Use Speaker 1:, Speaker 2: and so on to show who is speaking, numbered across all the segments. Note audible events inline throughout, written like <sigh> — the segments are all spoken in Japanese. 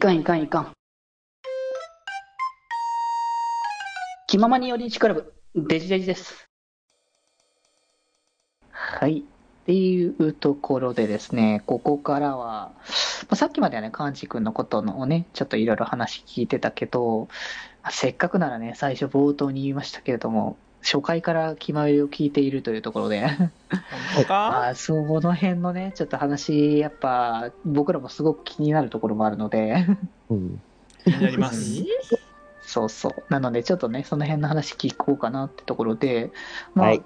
Speaker 1: かんいかんいかん。気ままに寄り道クラブ、デジデジです。はい。っていうところでですね、ここからは、まあさっきまではね、カンチ君のことのをね、ちょっといろいろ話聞いてたけど、まあせっかくならね、最初冒頭に言いましたけれども、初回から気まよりを聞いているというところで。
Speaker 2: 本当か
Speaker 1: あーその辺のね、ちょっと話、やっぱ僕らもすごく気になるところもあるので、
Speaker 3: うん。
Speaker 2: 気になります。
Speaker 1: そうそう。なので、ちょっとね、その辺の話聞こうかなってところで、まあ、
Speaker 3: はい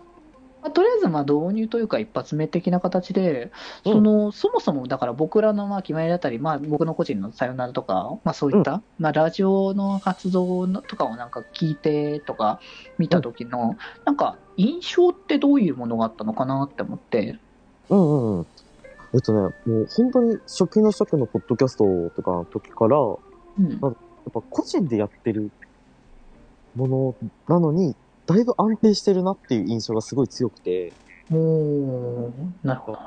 Speaker 1: まあとりあえずまあ導入というか一発目的な形で、
Speaker 3: うん
Speaker 1: そのそもそもだから僕らのまあ決まりだったり、まあ、僕の個人のさよならとか、まあ、そういった、まあ、ラジオの活動のとかをなんか聞いてとか見た時の、なんか印象ってどういうものがあったのかなって思って。
Speaker 3: うんうんうん。えっとね、もう本当に初期の初期のポッドキャストとかの時から、や
Speaker 1: うん
Speaker 3: あっぱ個人でやってるものなのに、だいぶ安定してるなっていう印象がすごい強くて。
Speaker 1: おーなるほど。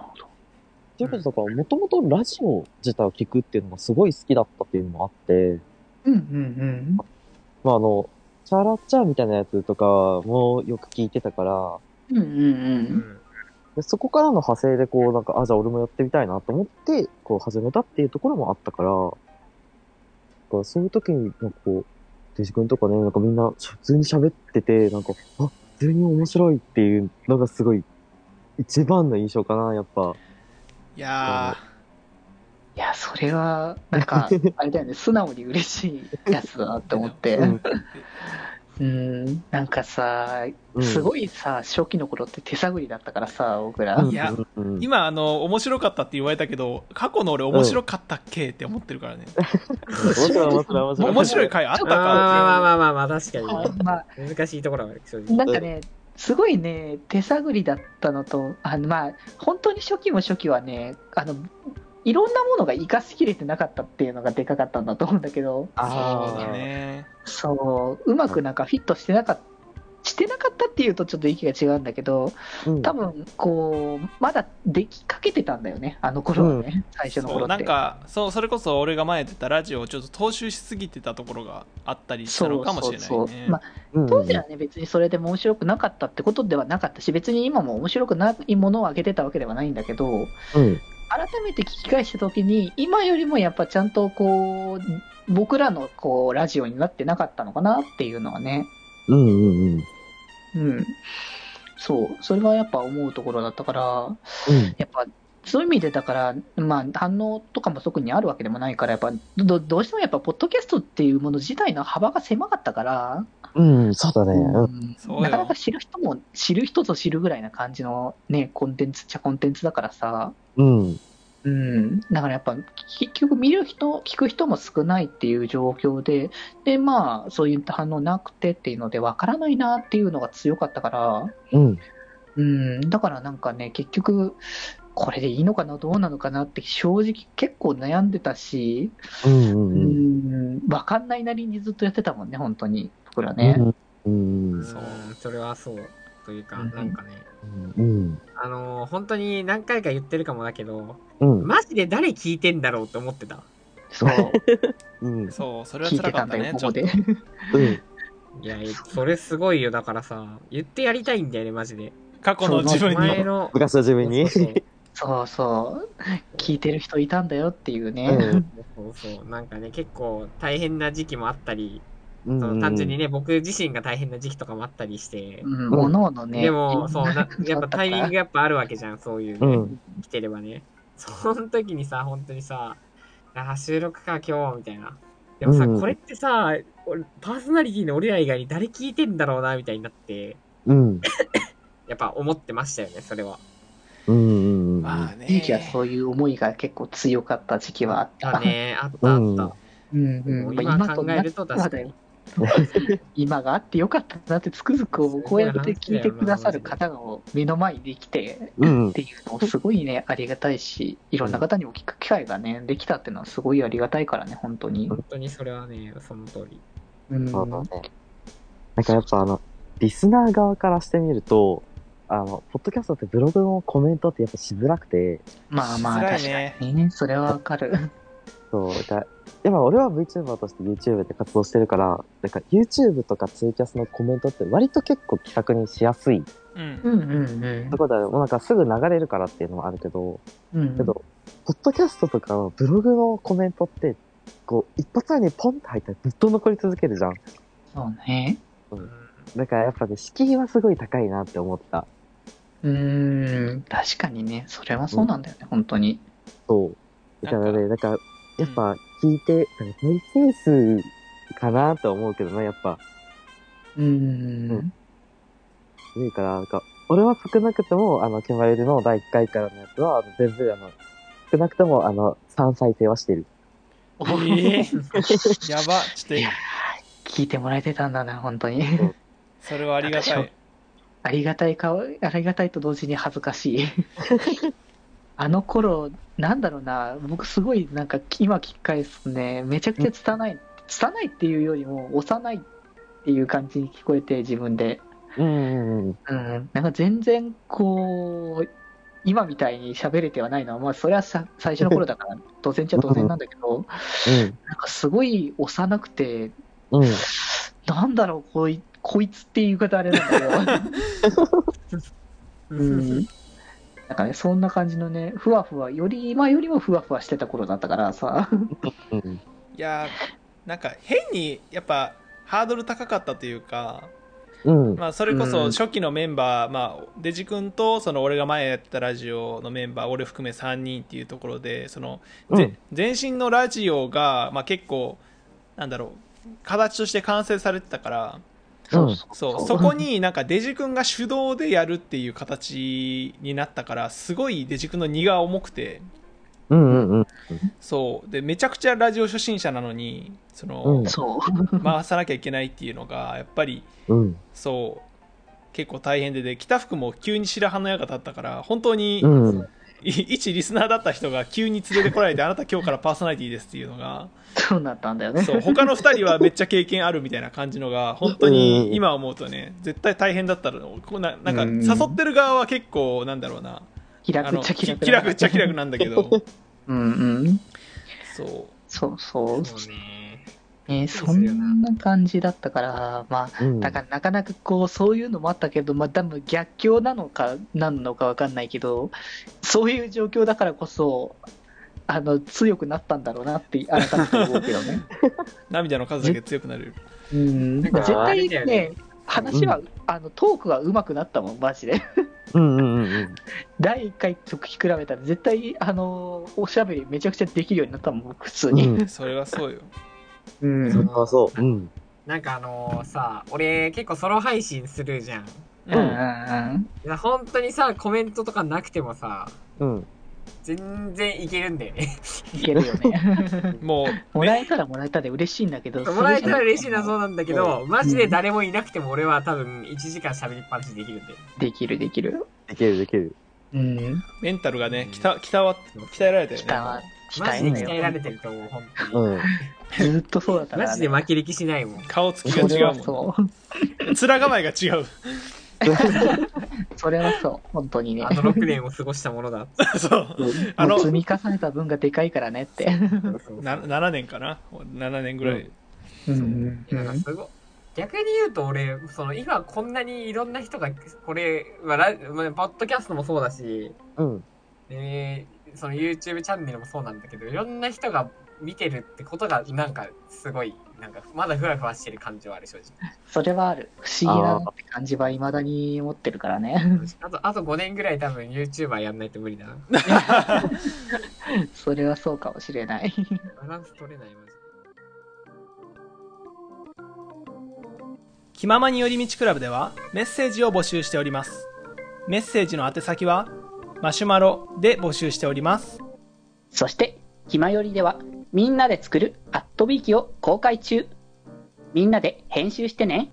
Speaker 3: ということだから、もともとラジオ自体を聞くっていうのがすごい好きだったっていうのもあって、
Speaker 1: うんうん
Speaker 3: まああの、チャラチャみたいなやつとかもよく聞いてたから、
Speaker 1: うん。うんうんうん。
Speaker 3: でそこからの派生でこう、なんか、あ、じゃあ俺もやってみたいなと思って、こう始めたっていうところもあったから、なんかそういう時に、なんかこう、デジ君とかね、なんかみんな普通に喋ってて、なんか、あ、普通に面白いっていうのがすごい、一番の印象かな、やっぱ。
Speaker 2: いや
Speaker 1: いや、それは、なん
Speaker 3: <laughs>
Speaker 1: か、あれだよね、素直に嬉しいやつだなって思って。
Speaker 3: う
Speaker 1: うん
Speaker 3: ん。
Speaker 1: うん、なんかさ、
Speaker 3: うん
Speaker 1: すごいさ、初期の頃って手探りだったからさ、僕ら。
Speaker 3: うん
Speaker 2: いや
Speaker 3: う
Speaker 2: ー、
Speaker 3: ん
Speaker 2: 今、あの、面白かったって言われたけど、過去の俺面白かったっけって思ってるからね。
Speaker 3: 面白い、面白い、面白い。
Speaker 2: 面白い回あった
Speaker 4: まあまあ
Speaker 2: か
Speaker 4: まあまあまあ、確かに。
Speaker 1: まあ、
Speaker 4: 難しいところはある、正直。
Speaker 1: なんかね、すごいね、手探りだったのと、あのまあ、本当に初期も初期はね、あの、いろんなものが活かしきれてなかったっていうのがでかかったんだと思うんだけど。
Speaker 2: そうだ
Speaker 3: あー
Speaker 2: ね。
Speaker 1: そううまくなんかフィットしてなかったしてなかったっていうとちょっと息が違うんだけど
Speaker 3: うん
Speaker 1: 多分こうまだできかけてたんだよねあの頃はね、最初の頃っ
Speaker 2: そう
Speaker 1: て
Speaker 2: なんかそうそれこそ俺が前言ってたラジオをちょっと踏襲しすぎてたところがあったりしたのかもしれない
Speaker 1: そうそう
Speaker 2: ね
Speaker 1: そうまあ
Speaker 3: うん
Speaker 1: 当時はね別にそれでも面白くなかったってことではなかったし別に今も面白くないものをあげてたわけではないんだけど
Speaker 3: うん。
Speaker 1: 改めて聞き返した時に今よりもやっぱちゃんとこう僕らのこうラジオになってなかったのかなっていうのはね
Speaker 3: うんうんうん。
Speaker 1: うんそうそれはやっぱ思うところだったから
Speaker 3: うん。
Speaker 1: やっぱそういう意味でだから、まあ、反応とかも特にあるわけでもないからやっぱどどうしてもやっぱポッドキャストっていうもの自体の幅が狭かったから、
Speaker 3: うんうん、そうだね。うん
Speaker 1: うん
Speaker 2: そうよ
Speaker 1: なかなか知る人も知る人ぞ知るぐらいな感じの、ね、コンテンツっちゃコンテンツだからさ、
Speaker 3: うん。
Speaker 1: うん、だからやっぱ結局見る人聞く人も少ないっていう状況でで、まあ、そういった反応なくてっていうのでわからないなっていうのが強かったから。
Speaker 3: うん。
Speaker 1: うん、だからなんかね、結局、これでいいのかな、どうなのかなって、正直結構悩んでたし、
Speaker 3: うんう
Speaker 1: うん
Speaker 3: うん。
Speaker 1: ん、わかんないなりにずっとやってたもんね、本当に、僕らね。
Speaker 3: うん。うん。
Speaker 4: そう、
Speaker 2: うん
Speaker 4: それはそう。というか、
Speaker 1: うん
Speaker 4: なんかね、
Speaker 3: うん。
Speaker 4: あのー、本当に何回か言ってるかもだけど、
Speaker 3: うん。
Speaker 4: マジで誰聞いてんだろうと思ってた。
Speaker 1: そう、
Speaker 2: <laughs>
Speaker 3: うん。
Speaker 2: そうそれは
Speaker 1: 聞い
Speaker 2: 辛
Speaker 1: て
Speaker 2: か
Speaker 1: た
Speaker 2: っ
Speaker 1: ん
Speaker 2: た
Speaker 1: だ
Speaker 2: ね
Speaker 1: よ、こ
Speaker 2: ちょ
Speaker 1: こ
Speaker 2: っと
Speaker 1: で。
Speaker 3: うん。
Speaker 4: いや、それすごいよ。だからさ、言ってやりたいんだよね、マジで。
Speaker 2: 過去の自分
Speaker 4: 前
Speaker 2: に
Speaker 4: の。
Speaker 3: 昔の自分に。
Speaker 4: そうそう
Speaker 1: そうそう、聞いてる人いたんだよっていうね。
Speaker 3: うん
Speaker 4: そうそうそうなんかね、結構大変な時期もあったり、
Speaker 3: う
Speaker 4: その
Speaker 3: ん。
Speaker 4: 単純にね、僕自身が大変な時期とかもあったりして、
Speaker 1: うん、おのおのね。
Speaker 4: でも、そう、
Speaker 1: <laughs>
Speaker 4: なやっぱタイミング
Speaker 1: グ。
Speaker 4: やっぱあるわけじゃん、そういう
Speaker 3: う
Speaker 4: ね、
Speaker 3: ん。
Speaker 4: 来てればね。その時にさ、本当にさ、あー収録か、今日、みたいな。でもさ、
Speaker 3: うん
Speaker 4: これってさ、俺パーソナリティの俺ら以外に誰聞いてんだろうな、みたいになって、
Speaker 3: うん。
Speaker 4: やっぱ思ってましたよね、それは。
Speaker 3: うん。
Speaker 2: まあね
Speaker 1: 時期はそういう思いが結構強かった時期はあった。
Speaker 4: だね、あったあった。
Speaker 1: うん
Speaker 4: も
Speaker 1: う、
Speaker 4: うん今考えると
Speaker 1: 今なっては
Speaker 4: 確か
Speaker 1: だよ
Speaker 4: に。
Speaker 1: <laughs> 今があってよかったなってつくづくをこうやって聞いてくださる方を目の前にできて
Speaker 3: うん
Speaker 1: っ。ていうのもすごいねありがたいしいろんな方にも聞く機会がねできたっていうのはすごいありがたいからね本当に、
Speaker 4: 本当にそれはね、その通り。
Speaker 1: うん、
Speaker 3: そうだね。なんかやっぱあの、リスナー側からしてみると、あの、ポッドキャストってブログのコメントってやっぱしづらくて、
Speaker 1: まあまあ
Speaker 2: 辛い
Speaker 1: 確
Speaker 2: ね
Speaker 1: かにねそれはわかる
Speaker 3: そう、だやっぱ俺は VTuber として YouTube で活動してるから、なんか YouTube とかツイキャスのコメントって割と結構気さくにしやすい
Speaker 2: うん
Speaker 1: うんうんうん
Speaker 3: ところで、もうなんかすぐ流れるからっていうのもあるけど、
Speaker 1: うん
Speaker 3: けど、ポッドキャストとかのブログのコメントって、こう、一発目にポンって入ったらずっと残り続けるじゃん。
Speaker 1: そうね
Speaker 4: うん
Speaker 3: だからやっぱね、敷居はすごい高いなって思った。
Speaker 1: うーん確かにねそれはそうなんだよね、本当に
Speaker 3: そう。だからね、だから、やっぱ聞いて、なんか大センスかなとは思うけどな、やっぱ。
Speaker 1: うーん、
Speaker 3: うんいいから、なんか、俺は少なくとも、あの、ケマエルの第1回からのやつは、あの全部、あの、少なくとも、あの、3再生はしてる。
Speaker 2: えー、や <laughs> ばちょっ
Speaker 1: いや
Speaker 2: と
Speaker 1: 聞いてもらえてたんだな本当に
Speaker 3: ん
Speaker 2: それはありがたい
Speaker 1: ありがたいかわありがたいと同時に恥ずか <laughs> しいあの頃なんだろうな僕すごいなんか今聞き返すとねめちゃくちゃ拙い拙いっていうよりも幼いっていう感じに聞こえて自分で
Speaker 3: うんうんうん。
Speaker 1: うん、なんか全然こう、今みたいに喋れてはないのは、まあそれはさ最初の頃だ <laughs> から、当然っちゃ当然なんだけど、なんかすごい幼くて、
Speaker 3: うん。うん。
Speaker 1: なんだろう、こいこいつっていう言い方あれなんだけど、うん、なんかね、そんな感じのね、ふわふわ、より今よりもふわふわしてた頃だったからさ、
Speaker 3: うん。
Speaker 2: いやーなんか変にやっぱハードル高かったというか
Speaker 3: うん。
Speaker 2: まあ、それこ
Speaker 1: う
Speaker 2: そ
Speaker 1: ん
Speaker 2: 初期のメンバー、まあ、デジ君とその俺が前やってたラジオのメンバー俺含め3人っていうところでその、ぜ
Speaker 3: うん
Speaker 2: 前身のラジオが、まあ、結構なんだろう形として完成されてたから
Speaker 3: うん
Speaker 2: そうそこになんかデジ君が主導でやるっていう形になったからすごいデジ君の荷が重くて
Speaker 3: うんうんうん。
Speaker 2: そうでめちゃくちゃラジオ初心者なのにその、
Speaker 1: そう、
Speaker 2: 回さなきゃいけないっていうのがやっぱり
Speaker 3: うん。
Speaker 2: そう結構大変でで北福も急に白羽の矢が立ったから本当に、
Speaker 3: うん。
Speaker 2: い一リスナーだった人が急に連れてこられてあなた今日からパーソナリティですっていうのが
Speaker 1: そうなったんだよね。
Speaker 2: そう他の2人はめっちゃ経験あるみたいな感じのが本当に今思うとね絶対大変だったのこうななんか
Speaker 1: うん
Speaker 2: 誘ってる側は結構なんだろうな
Speaker 1: 気
Speaker 2: あ
Speaker 1: 楽
Speaker 2: の
Speaker 1: っちゃ気
Speaker 2: き
Speaker 1: 楽
Speaker 2: 気楽っちゃ気楽
Speaker 1: な。
Speaker 2: なんだけど
Speaker 1: <laughs> うんうん。
Speaker 2: そう
Speaker 1: そうそう。
Speaker 4: そうね。
Speaker 1: ね、
Speaker 4: そ
Speaker 1: そう
Speaker 4: ですよね
Speaker 1: んな感じだったから、まあ、
Speaker 3: うん。
Speaker 1: だからなかなかこうそういうのもあったけど、まあ、多分逆境なのか何なのか分かんないけどそういう状況だからこそあの強くなったんだろうなって改めて思うけどね。
Speaker 2: 涙の数だけ強くなれる
Speaker 1: うん、
Speaker 4: なん
Speaker 1: 絶対
Speaker 4: かあれだよ
Speaker 1: ね
Speaker 4: ね
Speaker 1: 話は、あのトークは上手くなったもんマジで <laughs>
Speaker 3: うんうんうんうん。
Speaker 1: 第1回と比べたら絶対あのおしゃべりめちゃくちゃできるようになったもん普通
Speaker 3: う
Speaker 1: に。
Speaker 3: ん。
Speaker 2: それはそうよ
Speaker 1: うん
Speaker 4: そ
Speaker 3: あ、そう。うん。
Speaker 4: なんかあのーさ、俺結構ソロ配信するじゃん。
Speaker 1: うんうん
Speaker 4: いや本当にさ、コメントとかなくてもさ、
Speaker 3: うん。
Speaker 4: 全然いけるんだよね。
Speaker 1: うん、いけるよ <laughs> ね
Speaker 2: も
Speaker 1: もらえたらもらえたで嬉しいんだけど
Speaker 4: もらえたら嬉しいなそう
Speaker 1: う
Speaker 4: なんだけど、マジで誰もいなくても俺は多分1時間喋りっぱなしできるんだよ。
Speaker 1: できるできる
Speaker 3: できるできる。
Speaker 1: うん
Speaker 2: うメンタルがね鍛鍛わ鍛えられたよね
Speaker 1: 鍛わ
Speaker 4: マジで鍛
Speaker 1: よ
Speaker 4: えられてると思う、本当に。
Speaker 3: うん。
Speaker 1: ずっとそうだったから、ね。
Speaker 4: マジで負け力しないもん。
Speaker 2: 顔つき
Speaker 1: それ
Speaker 2: が
Speaker 1: は
Speaker 2: 違うもん、ね、
Speaker 1: そう。
Speaker 2: 面構えが違
Speaker 1: <laughs>
Speaker 2: う
Speaker 1: それはそう。本当にね
Speaker 4: あ。と6年を過ごしたものだ。
Speaker 2: そうあ
Speaker 1: も
Speaker 2: の
Speaker 1: う積み重ねた分がでかいからねって。
Speaker 2: な7年かな7年ぐらい、
Speaker 1: うん
Speaker 4: いやなんかすごい逆に言うと俺その今こんなにいろんな人がこれ、まあラまあ、ポッドキャストもそうだし、
Speaker 3: <laughs> うん。
Speaker 4: えーその YouTube チャンネルもそうなんだけどいろんな人が見てるってことがなんかすごいなんかまだふわふわしてる感じはある正直
Speaker 1: それはある。不思議だなって感じは未だに持ってるからね。
Speaker 4: あとあと5年ぐらい多分 YouTuber やんないと無理だな
Speaker 1: それはそうかもしれない。
Speaker 4: バランス取れないマジ
Speaker 2: 気ままに寄り道クラブではメッセージを募集しておりますメッセージの宛先はマシュマロで募集しております
Speaker 1: そして、ひまよりでは、みんなで作るアットビーキを公開中。みんなで編集してね。